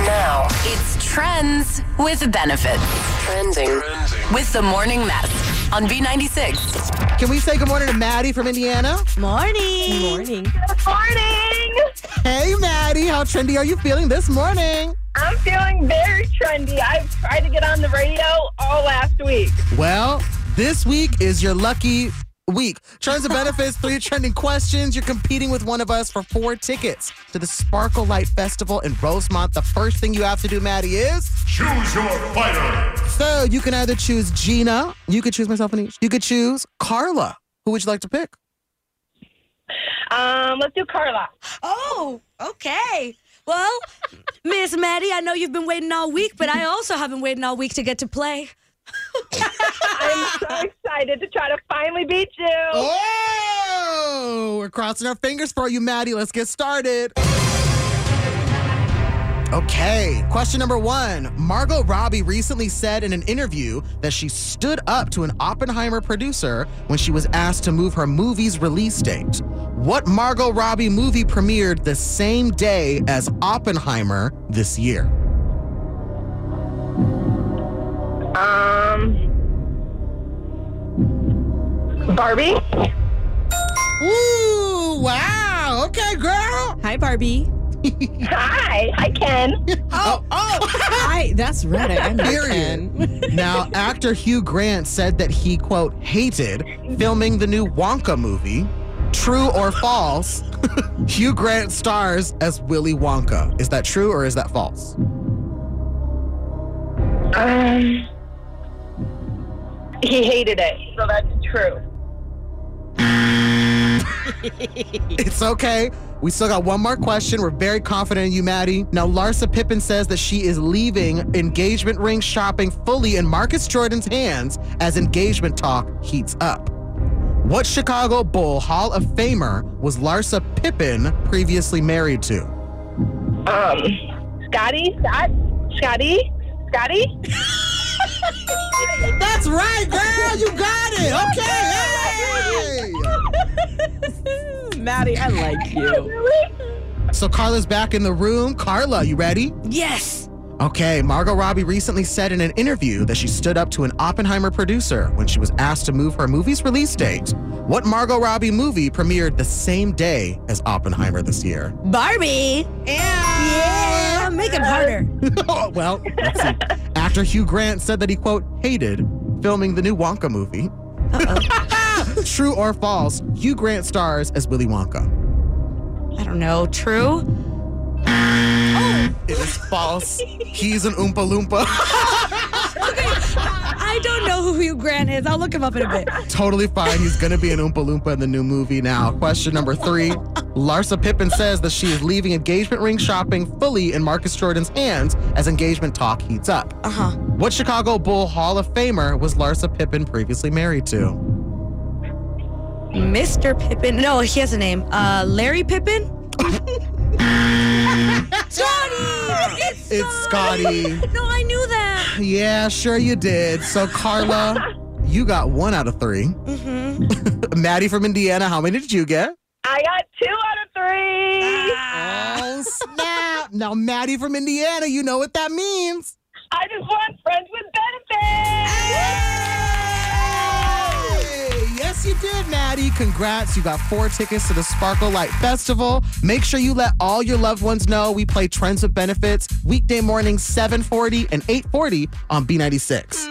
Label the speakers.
Speaker 1: Now,
Speaker 2: It's Trends with Benefits
Speaker 1: trending.
Speaker 2: with the Morning Mess on B96.
Speaker 3: Can we say good morning to Maddie from Indiana?
Speaker 4: Morning.
Speaker 5: morning.
Speaker 3: Hey, Maddie, how trendy are you feeling this morning?
Speaker 5: I'm feeling very trendy. I've tried to get on the radio all last week.
Speaker 3: Well, this week is your lucky week. Trends and benefits, three trending questions. You're competing with one of us for four tickets to the Sparkle Light Festival in Rosemont. The first thing you have to do, Maddie, is
Speaker 6: Choose your fighter.
Speaker 3: so you can either choose Gina, you could choose myself and each, you could choose Carla. Who would you like to pick?
Speaker 5: Um, let's do Carla.
Speaker 4: Oh, okay. Well, Miss Maddie, I know you've been waiting all week, but I also have been waiting all week to get to play.
Speaker 5: I'm so excited to try to finally beat you.
Speaker 3: Oh, we're crossing our fingers for you, Maddie. Let's get started. Okay, question number one. Margot Robbie recently said in an interview that she stood up to an Oppenheimer producer when she was asked to move her movie's release date. What Margot Robbie movie premiered the same day as Oppenheimer this year?
Speaker 5: Um, Barbie.
Speaker 3: Ooh, wow. Okay, girl.
Speaker 7: Hi, Barbie.
Speaker 5: Hi, hi Ken.
Speaker 3: Oh, oh.
Speaker 7: Hi, that's right. I am not
Speaker 3: Period.
Speaker 7: Ken.
Speaker 3: Now, actor Hugh Grant said that he, quote, hated filming the new Wonka movie. True or false, Hugh Grant stars as Willy Wonka. Is that true or is that false?
Speaker 5: Um, he hated it, so that's true.
Speaker 3: It's okay. We still got one more question. We're very confident in you, Maddie. Now, Larsa Pippen says that she is leaving engagement ring shopping fully in Marcus Jordan's hands as engagement talk heats up. What Chicago Bull Hall of Famer was Larsa Pippen previously married to?
Speaker 5: Um, Scotty, Scott, Scotty, Scotty.
Speaker 3: That's right, girl. You got it. Okay.
Speaker 7: Maddie, I like you.
Speaker 3: hey. So Carla's back in the room. Carla, you ready?
Speaker 4: Yes.
Speaker 3: Okay, Margot Robbie recently said in an interview that she stood up to an Oppenheimer producer when she was asked to move her movie's release date. What Margot Robbie movie premiered the same day as Oppenheimer this year?
Speaker 4: Barbie. Yeah. Make it harder.
Speaker 3: Oh, well, let's see. Actor Hugh Grant said that he, quote, hated filming the new Wonka movie. True or false, Hugh Grant stars as Willy Wonka.
Speaker 4: I don't know. True.
Speaker 3: It is false. He's an Oompa Loompa.
Speaker 4: I don't know who Hugh Grant is. I'll look him up in a bit.
Speaker 3: totally fine. He's going to be an Oompa Loompa in the new movie now. Question number three Larsa Pippen says that she is leaving engagement ring shopping fully in Marcus Jordan's hands as engagement talk heats up.
Speaker 4: Uh huh.
Speaker 3: What Chicago Bull Hall of Famer was Larsa Pippen previously married to?
Speaker 4: Mr. Pippin. No, he has a name. Uh, Larry Pippin. Johnny. It's,
Speaker 3: It's Scotty.
Speaker 4: No, I knew that.
Speaker 3: Yeah, sure you did. So, Carla, you got one out of three.
Speaker 4: Mm-hmm.
Speaker 3: Maddie from Indiana, how many did you get?
Speaker 5: I got two out of three.
Speaker 3: Oh, snap. Now, Maddie from Indiana, you know what that means.
Speaker 5: I just want friends with benefits.
Speaker 3: Yes, Yes, you did, Maddie. Congrats. You got four tickets to the Sparkle Light Festival. Make sure you let all your loved ones know we play Trends with Benefits weekday mornings 740 and 840 on B96.